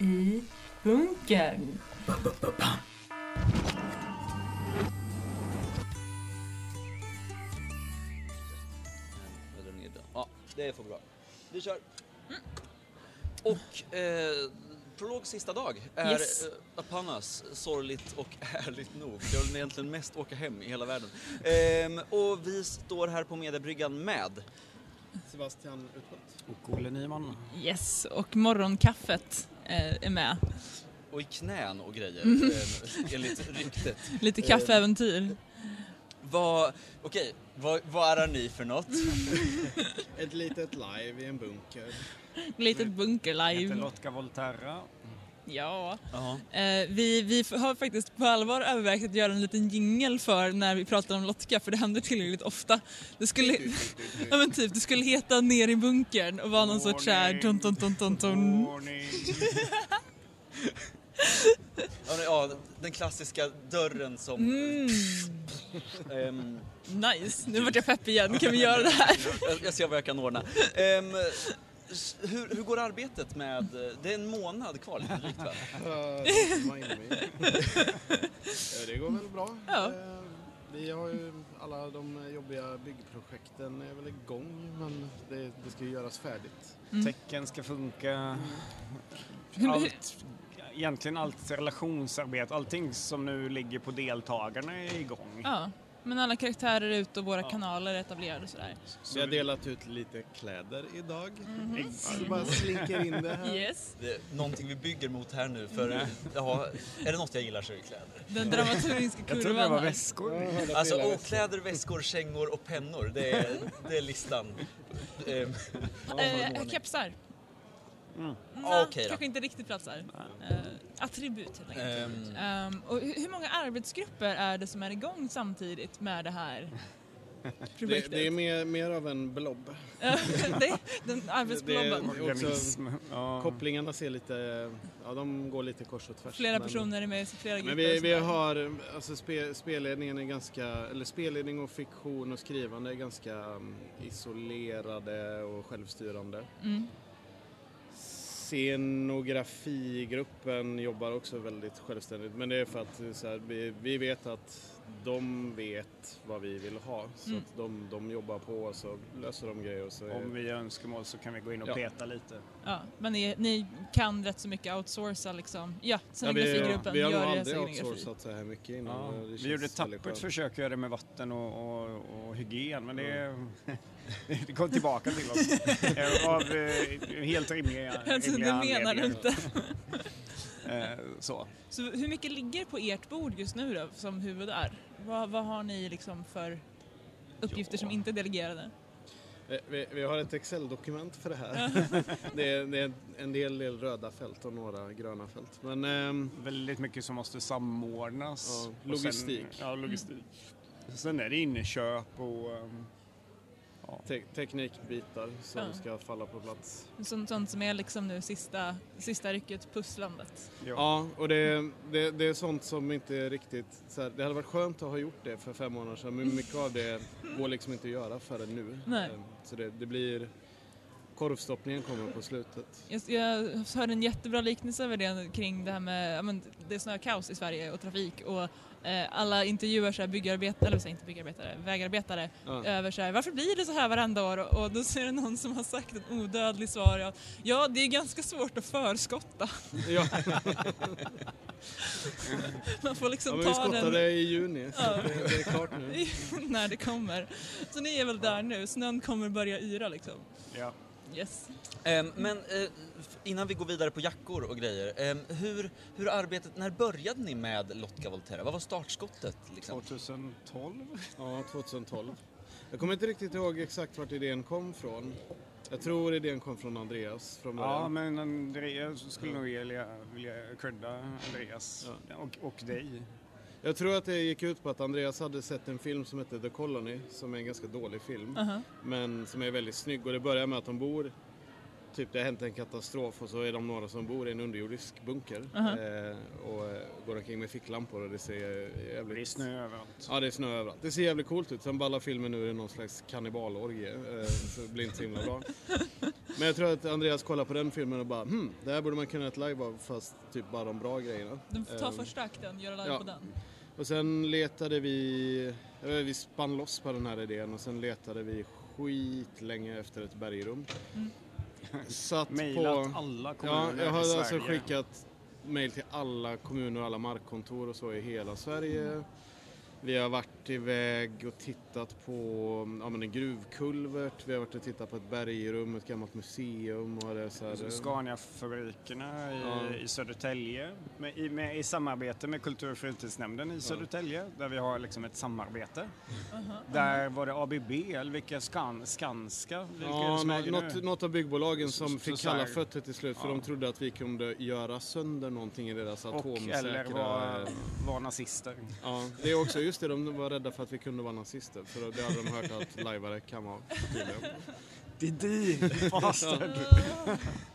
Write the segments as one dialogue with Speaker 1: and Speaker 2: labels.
Speaker 1: i bunkern.
Speaker 2: Jag drar ner den. Ja, det är för bra. Vi kör. Och eh, prologs sista dag är
Speaker 1: Yes.
Speaker 2: eh, upon us, sorgligt och ärligt nog. Jag vill egentligen mest åka hem i hela världen. Ehm, och vi står här på Mediabryggan med
Speaker 3: Sebastian Uthult.
Speaker 4: Och Olle Nyman.
Speaker 1: Yes, och morgonkaffet eh, är med.
Speaker 2: och i knän och grejer,
Speaker 1: Mhm.
Speaker 2: eh, enligt ryktet.
Speaker 1: Lite kaffeäventyr.
Speaker 2: Vad, okej, vad, vad är ni för något?
Speaker 1: Mm.
Speaker 3: Ett litet live i en bunker.
Speaker 1: Litet bunkerlive.
Speaker 4: Heter Lotka Volterra.
Speaker 1: Ja.
Speaker 2: Ja.
Speaker 1: Eh, vi, vi f- har faktiskt på allvar övervägt att göra en liten jingel för när vi pratar om Lotka för det händer tillräckligt ofta. Det skulle, ja, men typ, det skulle heta Ner i bunkern och vara någon sorts såhär ton ton ton ton ton.
Speaker 4: Warning.
Speaker 2: Ja, men, ja, den klassiska dörren som...
Speaker 1: Mm,
Speaker 2: ehm,
Speaker 1: nice, nu vart jag pepp igen. Kan vi göra det här?
Speaker 2: Jag, jag ser vad jag kan ordna. Ehm, s- hur, hur går arbetet med... Det är en månad kvar lite drygt va?
Speaker 3: Eh, som var inne i. Eh, det går väl bra.
Speaker 1: Ja.
Speaker 3: Eh, Vi har ju alla de jobbiga byggprojekten är väl igång men det, det ska ju göras färdigt.
Speaker 4: Tecken ska funka.
Speaker 1: Mm. Hur-
Speaker 4: Allt, egentligen allt relationsarbete, allting som nu ligger på deltagarna är igång.
Speaker 1: Ja, men alla karaktärer är ute och våra
Speaker 4: Ja.
Speaker 1: kanaler är etablerade och sådär.
Speaker 3: Vi har delat ut lite kläder idag.
Speaker 4: Mm.
Speaker 3: Så bara slinker in det här.
Speaker 1: Yes,
Speaker 2: Det är någonting vi bygger mot här nu för... Ja, är det något jag gillar så är det kläder.
Speaker 1: den dramaturgiska
Speaker 4: Jag trodde det
Speaker 1: kurvan
Speaker 4: var
Speaker 1: här.
Speaker 3: Jag
Speaker 4: väskor.
Speaker 3: hörde att
Speaker 2: Alltså
Speaker 3: hela
Speaker 2: åh,
Speaker 3: väst-
Speaker 2: kläder, väskor, kängor och pennor. Det är, det är listan. Ehm,
Speaker 1: Eh, kepsar.
Speaker 4: Mm.
Speaker 1: Nå,
Speaker 2: Ah, Okej då.
Speaker 1: kanske inte riktigt platsar. Eh, attribut helt enkelt.
Speaker 2: ehm,
Speaker 1: Ehm, och hur hur många arbetsgrupper är det som är igång samtidigt med det här
Speaker 3: Det,
Speaker 1: projektet?
Speaker 3: det är mer, mer av en blob.
Speaker 1: det, den arbetsblobben.
Speaker 3: Det är också-
Speaker 4: Organism. Ja.
Speaker 3: Kopplingarna ser lite, ja de går lite kors och tvärs.
Speaker 1: Flera
Speaker 3: men-
Speaker 1: personer är med i flera grupper.
Speaker 3: Men
Speaker 1: och
Speaker 3: vi, vi
Speaker 1: sådär.
Speaker 3: har, alltså spe, spelledningen är ganska, eller spelledning och fiktion och skrivande är ganska mm, isolerade och självstyrande.
Speaker 1: Mm.
Speaker 3: Scenografigruppen jobbar också väldigt självständigt men det är för att eh, så här, vi, vi vet att de vet vad vi vill ha så
Speaker 1: Mm.
Speaker 3: att de, de jobbar på och så löser de grejer och så är-
Speaker 4: Om vi har önskemål så kan vi gå in och
Speaker 3: Ja.
Speaker 4: peta lite.
Speaker 1: Ja, men ni, ni kan rätt så mycket outsourca liksom. Ja,
Speaker 3: Ja, vi,
Speaker 1: scenografigruppen
Speaker 3: vi har nog
Speaker 1: gör
Speaker 3: aldrig
Speaker 1: det scenografi.
Speaker 3: outsourcat så här mycket innan.
Speaker 4: Ja.
Speaker 3: Det känns
Speaker 4: Vi gjorde ett
Speaker 3: väldigt
Speaker 4: tappert
Speaker 3: skönt.
Speaker 4: försök att göra det med vatten och, och, och hygien men det, det kom tillbaka till oss Eh, av eh, helt rimliga,
Speaker 1: Alltså,
Speaker 4: rimliga
Speaker 1: det menar du
Speaker 4: anledningar.
Speaker 1: inte.
Speaker 4: Eh, så.
Speaker 1: Så hur mycket ligger på ert bord just nu då, som huvud är? Vad, vad har ni liksom för uppgifter som inte är delegerade?
Speaker 3: Vi- Vi, vi har ett Excel-dokument för det här. det, är, det är en del, del röda fält och några gröna fält. Men ehm,
Speaker 4: Väldigt mycket som måste samordnas.
Speaker 3: Ja,
Speaker 4: Och
Speaker 3: logistik.
Speaker 4: Sen, ja, logistik. Sen är det inköp och... ehm, Ja.
Speaker 3: te, teknikbitar som
Speaker 1: Ja.
Speaker 3: ska falla på plats.
Speaker 1: Sånt, sånt som är liksom nu sista, sista rycket, pusslandet.
Speaker 3: Ja, och det, det, det är sånt som inte riktigt... Så här, det hade varit skönt att ha gjort det för fem månader sedan men mycket av det går liksom inte att göra förrän nu.
Speaker 1: Nej.
Speaker 3: Ehm, Så det, det blir... Korvstoppningen kommer på slutet.
Speaker 1: Jag, jag hörde en jättebra liknelse över det kring det här med, ja, men det snöar kaos i Sverige och trafik och eh, alla intervjuar så här byggarbetare, eller så här, inte byggarbetare, vägarbetare
Speaker 3: Ja.
Speaker 1: över så här, varför blir det så här varenda år? Och, och då ser det någon som har sagt ett odödligt svar, ja, ja det är ganska svårt att förskotta.
Speaker 3: Ja,
Speaker 1: Man får
Speaker 3: ja,
Speaker 1: liksom
Speaker 3: men vi
Speaker 1: ta den.
Speaker 3: skottade i juni så
Speaker 1: Ja.
Speaker 3: det, det är klart nu.
Speaker 1: när det kommer. Så ni är väl där nu, snön kommer börja yra liksom.
Speaker 4: Ja.
Speaker 1: Yes.
Speaker 2: ehm, men eh, f- innan vi går vidare på jackor och grejer. ehm, hur, hur arbetet, när började ni med Lotka Volterra? Vad var startskottet liksom?
Speaker 4: 2012?
Speaker 3: Ja, 2012. Jag kommer inte riktigt ihåg exakt vart idén kom från. Jag tror idén kom från Andreas från början.
Speaker 4: Ja, men Andreas skulle nog vilja, vilja credda Andreas och, och dig.
Speaker 3: Jag tror att det gick ut på att Andreas hade sett en film som hette The Colony, som är en ganska dålig film,
Speaker 1: Aha.
Speaker 3: men som är väldigt snygg. Och det börjar med att de bor, typ det har hänt en katastrof och så är de några som bor i en underjordisk bunker eh, och eh, går omkring med ficklampor och det ser jävligt...
Speaker 4: Det är snö överallt.
Speaker 3: Ja, det är snö överallt. Det ser jävligt coolt ut. Sen ballar filmen ur i någon slags kannibalorgie. Eh, så det blir inte så himla bra. Men jag tror att Andreas kollade på den filmen och bara hmm, det här borde man kunna göra ett live av fast typ bara de bra grejerna.
Speaker 1: De får ta
Speaker 3: Ehm,
Speaker 1: första akten, göra live
Speaker 3: ja.
Speaker 1: på den.
Speaker 3: Och sen letade vi, jag vet, vi spann loss på den här idén och sen letade vi skitlänge efter ett bergrum. Satt
Speaker 4: Mejlat
Speaker 3: på...
Speaker 4: alla
Speaker 3: Ja,
Speaker 4: kommuner
Speaker 3: jag har
Speaker 4: i Sverige.
Speaker 3: alltså skickat mejl till alla kommuner och alla markkontor och så i hela Sverige. Vi har varit iväg och tittat på ja, men en gruvkulvert, vi har varit och tittat på ett bergrum, ett gammalt museum och det är så här,
Speaker 4: Scania-fabrikerna i,
Speaker 3: Ja.
Speaker 4: i Södertälje med, i, med, i samarbete med Kultur och fritidsnämnden i Södertälje där vi har liksom ett samarbete. Där var det ABB eller vilka Skan, Skanska? Vilka är det
Speaker 3: Ja,
Speaker 4: som äger
Speaker 3: nå- något,
Speaker 4: nu?
Speaker 3: något av byggbolagen
Speaker 4: Så-
Speaker 3: som
Speaker 4: så-
Speaker 3: fick
Speaker 4: så här-
Speaker 3: kalla fötter till slut för
Speaker 4: Ja.
Speaker 3: de trodde att vi kunde göra sönder någonting i deras
Speaker 4: Och
Speaker 3: atomsäkra...
Speaker 4: eller var, var nazister.
Speaker 3: Ja, det är också just det, de var rädda för att vi kunde vara nazister för det hade de hört att lajvare kan vara tydligen.
Speaker 4: Didi! Bastard!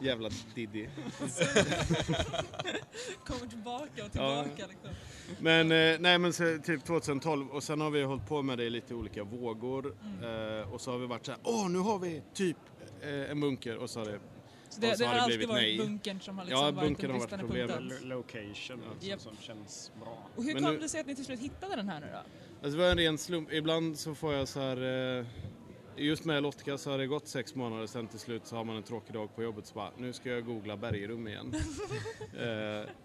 Speaker 3: Jävla Diddy.
Speaker 1: Kommer tillbaka och tillbaka liksom.
Speaker 3: Men, eh, nej, men så, typ 2012 och sen har vi hållit på med det i lite olika vågor eh, och så har vi varit så här, åh nu har vi typ eh, en bunker och så har det...
Speaker 1: Så det,
Speaker 3: Och så
Speaker 1: det
Speaker 3: har
Speaker 1: har
Speaker 3: det
Speaker 1: alltid
Speaker 3: blivit
Speaker 1: varit
Speaker 3: nej.
Speaker 1: bunkern som har liksom
Speaker 3: Ja,
Speaker 1: varit den
Speaker 3: bunkern har varit
Speaker 1: bristande
Speaker 3: problemet.
Speaker 1: punkten.
Speaker 4: Lo- Location liksom,
Speaker 1: Japp.
Speaker 4: som känns bra.
Speaker 1: Och hur
Speaker 3: Men
Speaker 1: kom
Speaker 3: nu-
Speaker 1: det sig att ni till slut hittade den här nu då?
Speaker 3: Alltså det var en ren slump. Ibland så får jag så här... Eh, just med Lotka så har det gått sex månader sen till slut så har man en tråkig dag på jobbet så bara, nu ska jag googla bergrum igen.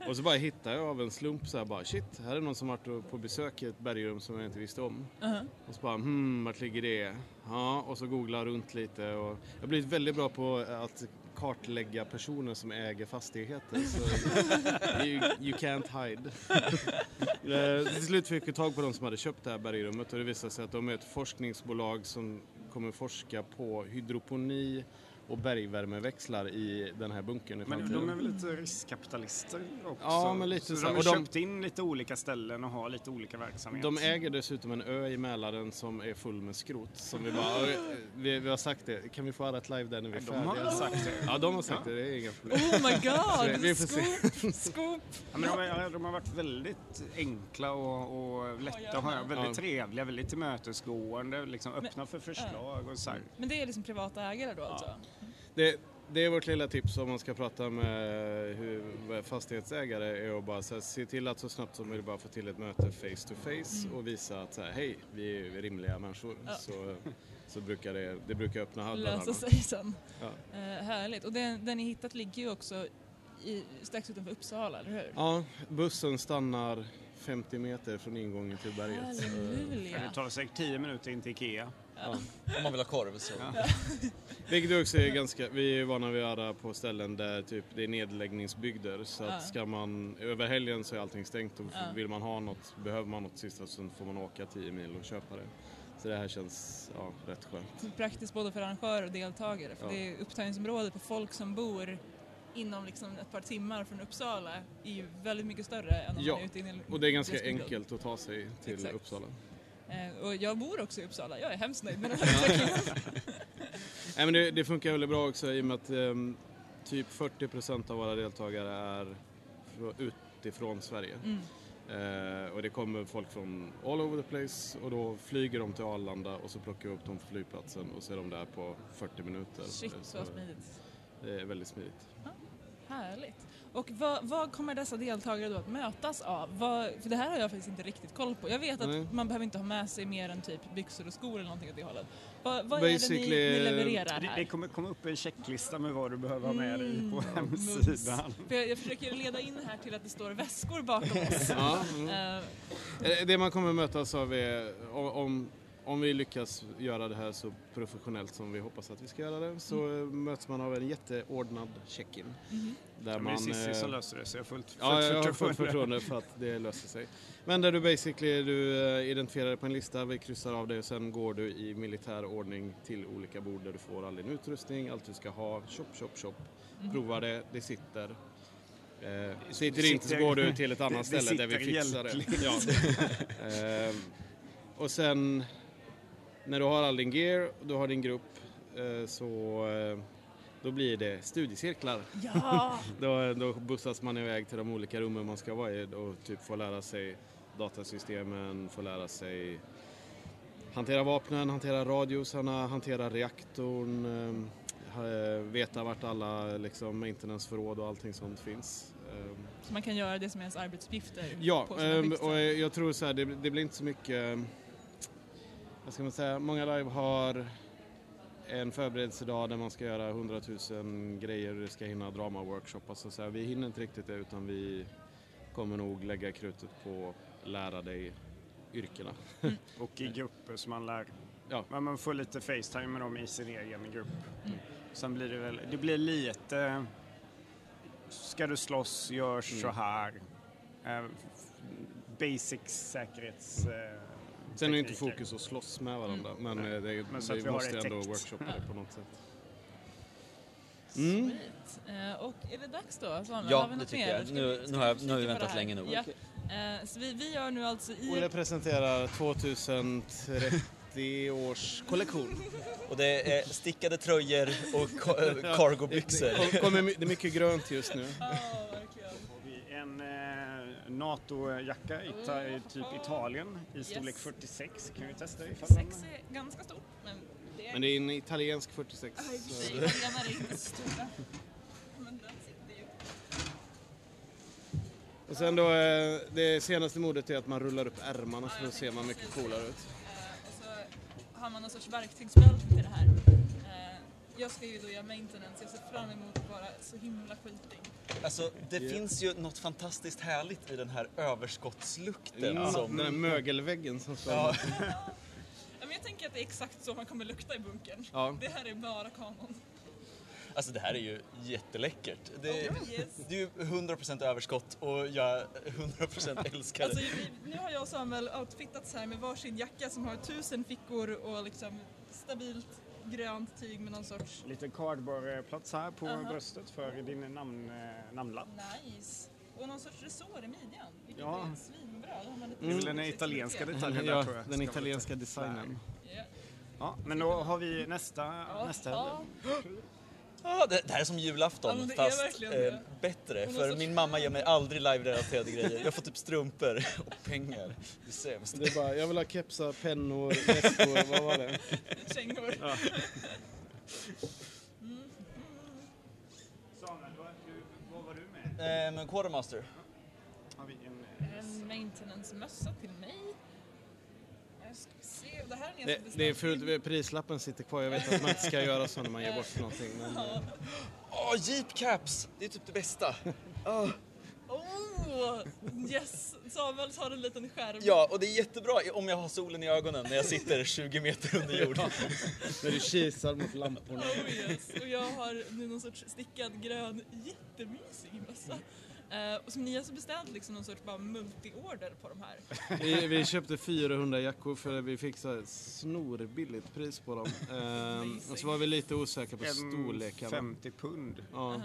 Speaker 3: eh, och så bara hittar jag av en slump så här bara, shit, här är någon som varit på besök i ett bergrum som jag inte visste om.
Speaker 1: Uh-huh.
Speaker 3: Och så bara, hmm, vart ligger det? Ja, och så googlar runt lite och jag har blivit väldigt bra på att kartlägga personer som äger fastigheter. Så you, you can't hide. Eh, Till slut fick vi tag på de som hade köpt det här bergrummet och det visade sig att de är ett forskningsbolag som kommer forska på hydroponi och bergvärmeväxlar i den här bunkern i
Speaker 4: Men
Speaker 3: framtiden.
Speaker 4: de är väl lite riskkapitalister också?
Speaker 3: Ja, men lite
Speaker 4: så
Speaker 3: så.
Speaker 4: de har
Speaker 3: Och de-
Speaker 4: köpt in lite olika ställen och har lite olika verksamhet.
Speaker 3: De äger dessutom en ö i Mälaren som är full med skrot. Som vi, bara, vi, vi har sagt det, kan vi få alla ett live där när vi är
Speaker 4: Ja, de har
Speaker 3: färdiga?
Speaker 4: väl sagt det.
Speaker 3: Ja, de har sagt det, det är inga problem.
Speaker 1: Oh my
Speaker 3: Så vi
Speaker 1: god!
Speaker 3: får se.
Speaker 1: Scoop! Scoop!
Speaker 4: Ja, men de, har- de har varit väldigt enkla och, och lätta att höra. Väldigt
Speaker 3: Ja.
Speaker 4: trevliga, väldigt tillmötesgående, liksom öppna för förslag och så här.
Speaker 1: Men det är liksom privata ägare då alltså?
Speaker 3: Det, det är vårt lilla tips om man ska prata med hur, med fastighetsägare är att bara så här, se till att så snabbt som möjligt bara få till ett möte face to face och visa att så här, hej, vi är rimliga människor.
Speaker 1: Mm. Ja.
Speaker 3: Så, så brukar det, det brukar öppna
Speaker 1: Lösa
Speaker 3: dörrarna.
Speaker 1: sig sen.
Speaker 3: Ja.
Speaker 1: Eh, härligt. Och den, den ni hittat ligger ju också i, strax utanför Uppsala, eller hur?
Speaker 3: Ja, bussen stannar 50 meter från ingången till berget.
Speaker 1: Halleluja!
Speaker 4: Det tar säkert tio minuter in till Ikea.
Speaker 2: Om man vill ha korv så.
Speaker 3: Vilket också är ganska, vi är vana vid att göra på ställen där typ det är nedläggningsbygder så att
Speaker 1: Ja.
Speaker 3: ska man, över helgen så är allting stängt och
Speaker 1: Ja.
Speaker 3: vill man ha något, behöver man något sista så får man åka 10 mil och köpa det. Så det här känns, ja, rätt skönt.
Speaker 1: Praktiskt både för arrangörer och deltagare för
Speaker 3: Ja.
Speaker 1: det är upptagningsområdet på folk som bor inom liksom ett par timmar från Uppsala är ju väldigt mycket större än om
Speaker 3: Ja,
Speaker 1: man är ute i en
Speaker 3: Och det är ganska
Speaker 1: glesbygden.
Speaker 3: enkelt att ta sig till
Speaker 1: Exakt.
Speaker 3: Uppsala.
Speaker 1: Eh, och jag bor också i Uppsala, jag är hemskt nöjd med den här utvecklingen.
Speaker 3: Nej men det, det funkar väldigt bra också i och med att ehm, typ 40 av våra deltagare är frå- utifrån Sverige.
Speaker 1: Mm.
Speaker 3: Eh, och det kommer folk från all over the place och då flyger de till Arlanda och så plockar vi upp dem från flygplatsen och så är de där på 40 minuter.
Speaker 1: Shit
Speaker 3: Eh,
Speaker 1: vad smidigt.
Speaker 3: Det är väldigt smidigt.
Speaker 1: Härligt. Och vad, vad kommer dessa deltagare då att mötas av? Vad, för det här har jag faktiskt inte riktigt koll på. Jag vet att
Speaker 3: Nej.
Speaker 1: man behöver inte ha med sig mer än typ byxor och skor eller någonting åt det hållet. Vad, vad är det ni,
Speaker 3: Basically-
Speaker 1: ni levererar
Speaker 4: Det,
Speaker 1: här? Mm.
Speaker 4: det kommer komma upp en checklista med vad du behöver ha med dig på
Speaker 1: Mums.
Speaker 4: hemsidan.
Speaker 1: För jag, jag försöker leda in här till att det står väskor bakom oss.
Speaker 3: Ja, mm.
Speaker 1: Eh,
Speaker 3: Eh, Det man kommer mötas av är o- om, om vi lyckas göra det här så professionellt som vi hoppas att vi ska göra det så eh,
Speaker 1: Mm.
Speaker 3: möts man av en jätteordnad check-in.
Speaker 1: Mm-hmm.
Speaker 3: Där
Speaker 4: Men det är Cissi
Speaker 3: eh,
Speaker 4: som löser det så jag har fullt, fullt
Speaker 3: Ja, jag har fullt
Speaker 4: förtroende.
Speaker 3: förtroende för att det löser sig. Men där du basically du eh, identifierar dig på en lista, vi kryssar av dig och sen går du i militär ordning till olika bord där du får all din utrustning, allt du ska ha, chop, chop, chop. Prova det, det sitter. Eh, sitter det inte så
Speaker 4: sitter-
Speaker 3: går du till ett annat
Speaker 4: det
Speaker 3: ställe där vi
Speaker 4: sitter
Speaker 3: fixar det. Ja. eh, och sen när du har all din gear, du har din grupp, eh, så eh, då blir det studiecirklar.
Speaker 1: ja,
Speaker 3: Då, då bussas man iväg till de olika rummen man ska vara i och typ få lära sig datasystemen, få lära sig hantera vapnen, hantera radiosarna, hantera reaktorn, ehm, eh, veta vart alla liksom, maintenanceförråd och allting sånt finns. Ehm,
Speaker 1: Så man kan göra det som är ens arbetsuppgifter.
Speaker 3: Ja,
Speaker 1: på sina
Speaker 3: ehm,
Speaker 1: byxor.
Speaker 3: och jag jag tror så här, det, det blir inte så mycket, ehm, vad ska man säga, många live har en förberedelsedag där man ska göra 100 000 grejer och det ska hinna drama-workshop. Alltså så här, vi hinner inte riktigt det utan vi kommer nog lägga krutet på lära dig yrkena.
Speaker 4: Och i grupper som man lär.
Speaker 3: Ja. Mm.
Speaker 4: Men man får lite Facetime med dem i sin egen grupp. Sen blir det väl, det blir lite, ska du slåss, gör
Speaker 3: Mm.
Speaker 4: så här. Eh, f- Basic säkerhets... eh,
Speaker 3: Sen är ju inte
Speaker 4: tekniker.
Speaker 3: fokus att slåss med varandra men eh, det,
Speaker 4: Men så att
Speaker 3: vi,
Speaker 4: vi har
Speaker 3: måste
Speaker 4: det
Speaker 3: ändå
Speaker 4: täckt.
Speaker 3: workshoppa det på något sätt. Mm.
Speaker 1: Sweet. Eh, och är det dags då, Svanberg?
Speaker 2: Ja,
Speaker 1: har vi
Speaker 2: det
Speaker 1: något
Speaker 2: tycker
Speaker 1: mer?
Speaker 2: jag.
Speaker 1: Ska
Speaker 2: Nu-
Speaker 1: vi-
Speaker 2: nu
Speaker 1: ska
Speaker 2: har jag-
Speaker 1: vi
Speaker 2: nu har vi
Speaker 1: kika på det
Speaker 2: väntat
Speaker 1: här?
Speaker 2: länge nog.
Speaker 1: Ja. Eh, så vi, vi gör nu alltså i...
Speaker 3: Olle presenterar 2030 års kollektion.
Speaker 2: Och det är stickade tröjor och ka- eh, cargobyxor.
Speaker 3: Det kommer my- det är mycket grönt just nu.
Speaker 1: Ja, verkligen.
Speaker 4: Har vi En eh, NATO-jacka i ta- i typ Italien i storlek
Speaker 1: Mm. Yes.
Speaker 4: 46. Kan vi testa ifall den-
Speaker 1: Sex är ganska stort, men det är...
Speaker 3: Men det är en italiensk 46.
Speaker 1: Ja, i och för sig.
Speaker 3: så-
Speaker 1: Italienare är inte så stora. Men den sitter ju.
Speaker 3: Och sen då, eh, det senaste modet är att man rullar upp ärmarna för då ser man mycket coolare ut.
Speaker 1: Eh, och så har man någon sorts verktygsbälte till det här. Eh, jag ska ju då göra maintenance, jag ser fram emot att vara så himla skitig.
Speaker 2: Alltså, det
Speaker 3: Yeah.
Speaker 2: finns ju något fantastiskt härligt i den här överskottslukten
Speaker 3: Mm.
Speaker 2: som...
Speaker 3: Den här mögelväggen som står.
Speaker 2: Ja.
Speaker 1: Ja, men jag tänker att det är exakt så man kommer lukta i bunkern.
Speaker 3: Ja.
Speaker 1: Det här är bara kanon.
Speaker 2: Alltså det här är ju jätteläckert. Det,
Speaker 1: Oh, yes.
Speaker 2: det är ju 100% överskott och jag 100% älskar
Speaker 1: Alltså,
Speaker 2: det.
Speaker 1: vi- nu har jag och Samuel outfittats här med varsin jacka som har tusen fickor och liksom stabilt grönt tyg med någon sorts...
Speaker 4: Lite cardboardplats här på
Speaker 1: Aha.
Speaker 4: bröstet för din namn, eh, namnlapp.
Speaker 1: Nice! Och någon sorts resår i midjan, vilket
Speaker 4: Ja.
Speaker 1: är svinbra. Då har man lite
Speaker 4: Det är väl den italienska detaljen där
Speaker 3: Mm. Ja,
Speaker 4: tror jag.
Speaker 3: den
Speaker 4: Ska
Speaker 3: italienska
Speaker 4: vara lite
Speaker 3: designen.
Speaker 1: Ja.
Speaker 4: sådär. Ja, men då har vi nästa, nästa
Speaker 1: Ja.
Speaker 2: Ja, det, det här är som
Speaker 1: Ja, men
Speaker 2: julafton
Speaker 1: det är
Speaker 2: fast
Speaker 1: verkligen
Speaker 2: eh,
Speaker 1: det.
Speaker 2: bättre
Speaker 1: någon
Speaker 2: för
Speaker 1: sorts-
Speaker 2: min mamma ger mig aldrig live-relaterade grejer. Jag får typ strumpor och pengar. Det är sämst.
Speaker 3: Det är bara, jag vill ha kepsar, pennor, väskor, vad var det?
Speaker 1: kängor.
Speaker 4: Samuel, vad, vad var du med?
Speaker 2: Eh, men Quartermaster.
Speaker 4: Har vi en,
Speaker 1: En maintenance-mössa till mig. Jag ska se, det här är en
Speaker 3: det.
Speaker 1: som
Speaker 3: Det är
Speaker 1: bestämmer.
Speaker 3: fult, prislappen sitter kvar. Jag vet att man inte ska göra så när man ger bort någonting. Men, eh,
Speaker 2: Åh, Jeep Caps! Det är typ det bästa. Åh.
Speaker 1: Oh! Yes! Samuel tar en liten skärm.
Speaker 2: Ja, och det är jättebra om jag har solen i ögonen när jag sitter 20 meter under jord.
Speaker 3: när du kisar mot lamporna.
Speaker 1: Oh yes. Och jag har nu någon sorts stickad grön jättemysig mössa. Eh, och som ni har så beställt liksom någon sorts bara multi-order på de här.
Speaker 3: Vi, vi köpte 400 jackor för vi fick så här snorbilligt pris på dem. Ehm, och så var vi lite osäkra på storlekarna.
Speaker 4: 50 pund,
Speaker 3: Ja.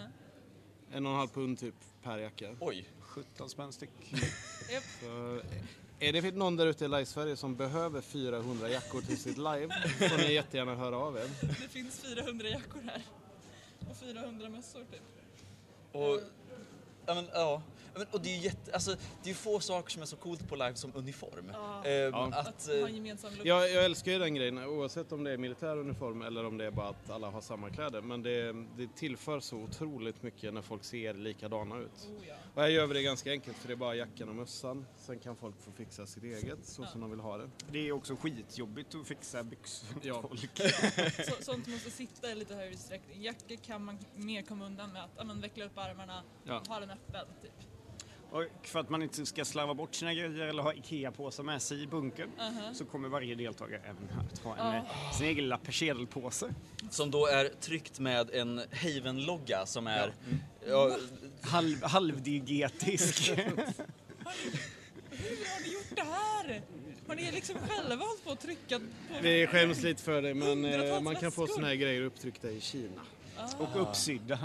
Speaker 3: En och en halv pund typ per jacka.
Speaker 2: Oj.
Speaker 4: 17 spänn styck.
Speaker 1: Japp.
Speaker 3: Så, eh, är det någon där ute i live-Sverige som behöver 400 jackor till sitt live får ni jättegärna höra av er.
Speaker 1: Det finns 400 jackor här. Och 400 mössor typ.
Speaker 2: Och, ja, men, ja. Ja, men, och det är ju jätte, alltså, det är ju få saker som är så coolt på live som uniform.
Speaker 1: Ja.
Speaker 2: Eh,
Speaker 1: Att
Speaker 2: Att, eh,
Speaker 1: ha en gemensam look.
Speaker 3: Jag, jag älskar ju den grejen oavsett om det är militär uniform eller om det är bara att alla har samma kläder. Men det, det tillför så otroligt mycket när folk ser likadana ut.
Speaker 1: Oh, ja.
Speaker 3: Och här gör vi det ganska enkelt för det är bara jackan och mössan. Sen kan folk få fixa sitt eget så som de vill ha det.
Speaker 4: Det är också skitjobbigt att fixa byxor åt
Speaker 3: Ja.
Speaker 4: folk.
Speaker 1: Så, sånt måste sitta i lite högre utsträckning. Jackor kan man mer komma undan med att ja, men, veckla upp armarna,
Speaker 3: Ja.
Speaker 1: ha den öppen typ.
Speaker 4: Och för att man inte ska slarva bort sina grejer eller ha IKEA-påsar med sig i bunkern
Speaker 1: Uh-huh.
Speaker 4: så kommer varje deltagare även att ha en, eh, sin egen lilla persedelpåse.
Speaker 2: som då är tryckt med en Haven-logga som är... Ja,
Speaker 4: Halv, halvdiegetisk.
Speaker 1: Hur har ni gjort det här? Har ni liksom själva hållit på och tryckat på?
Speaker 3: Vi skäms lite för det men eh,
Speaker 1: Hundratals
Speaker 3: man kan få
Speaker 1: väskor.
Speaker 3: såna här grejer upptryckta i Kina.
Speaker 4: och uppsydda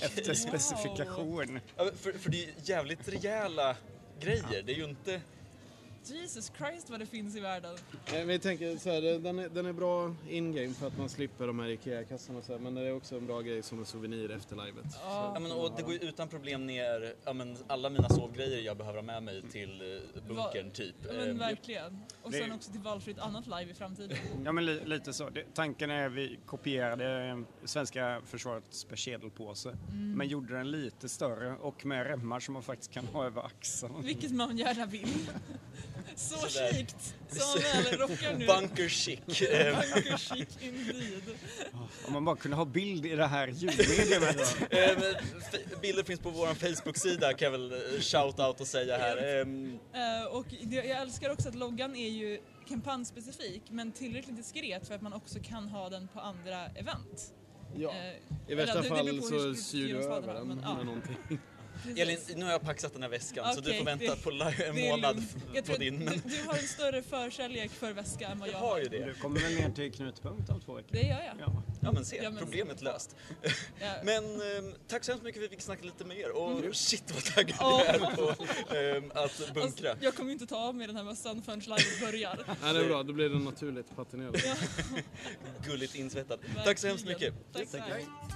Speaker 4: efter specifikation.
Speaker 2: ja, för, för det är ju jävligt rejäla grejer. Det är ju inte...
Speaker 1: Jesus Christ vad det finns i världen.
Speaker 3: Eh, Vi tänker så här, eh, den är, den är bra in-game för att man slipper de här IKEA-kassarna och så här, men det är också en bra grej som en souvenir efter livet.
Speaker 1: Ja.
Speaker 2: Ja, men, och det går ju utan problem ner ja, men, alla mina sovgrejer jag behöver ha med mig till eh, bunkern typ.
Speaker 1: Ja, men
Speaker 2: Ehm,
Speaker 1: verkligen. Och
Speaker 4: det-
Speaker 1: sen också till valfritt annat live i framtiden.
Speaker 4: Ja, men li, lite så. Det, tanken är att vi kopierade eh, svenska försvarets persedelpåse men gjorde den lite större och med remmar som man faktiskt kan ha över axeln.
Speaker 1: Vilket man gärna vill. Så
Speaker 2: Sådär.
Speaker 1: chikt! Som väl rockar nu.
Speaker 2: Bunker chic. Ehm,
Speaker 1: Bunker chic indeed.
Speaker 4: Om man bara kunde ha bild i det här ljudmediet.
Speaker 2: ehm, f- Bilder finns på vår Facebook-sida kan jag väl eh, shout out och säga här. Ehm,
Speaker 1: Eh, och det, jag älskar också att loggan är ju kampanjspecifik men tillräckligt diskret för att man också kan ha den på andra event.
Speaker 3: Ja.
Speaker 1: Eh,
Speaker 3: I
Speaker 1: eller
Speaker 3: värsta
Speaker 1: det- det beror
Speaker 3: fall
Speaker 1: på hur
Speaker 3: så
Speaker 1: du
Speaker 3: syr du
Speaker 1: genomsvarar
Speaker 3: över den
Speaker 1: men, ja,
Speaker 3: med någonting.
Speaker 1: precis.
Speaker 2: Elin, nu har jag paxat den här väskan så du
Speaker 1: Okej,
Speaker 2: får vänta
Speaker 1: det-
Speaker 2: på live en
Speaker 1: Det är
Speaker 2: månad
Speaker 1: lugnt. Jag
Speaker 2: på
Speaker 1: tror
Speaker 2: din.
Speaker 1: att
Speaker 2: Men
Speaker 1: Du, du har en större förkärlek för väska än vad
Speaker 2: jag
Speaker 1: jag
Speaker 2: har
Speaker 1: har.
Speaker 2: ju
Speaker 4: Du
Speaker 2: det.
Speaker 4: kommer väl ner till knutpunkt om två veckor?
Speaker 1: Det gör jag.
Speaker 4: Ja.
Speaker 2: Ja men se,
Speaker 1: Ja, men-
Speaker 2: problemet löst.
Speaker 1: Ja.
Speaker 2: Men ehm, tack så hemskt mycket för att vi fick snacka lite med er och shit vad taggad jag
Speaker 1: Mm. Åh.
Speaker 2: är på ehm, att bunkra.
Speaker 1: Alltså, jag kommer ju inte ta av mig den här mössan förrän livet börjar.
Speaker 3: Nej, det är bra, då blir den naturligt patinerad.
Speaker 2: Gulligt insvettad. Tack så hemskt mycket.
Speaker 1: Tack, tack.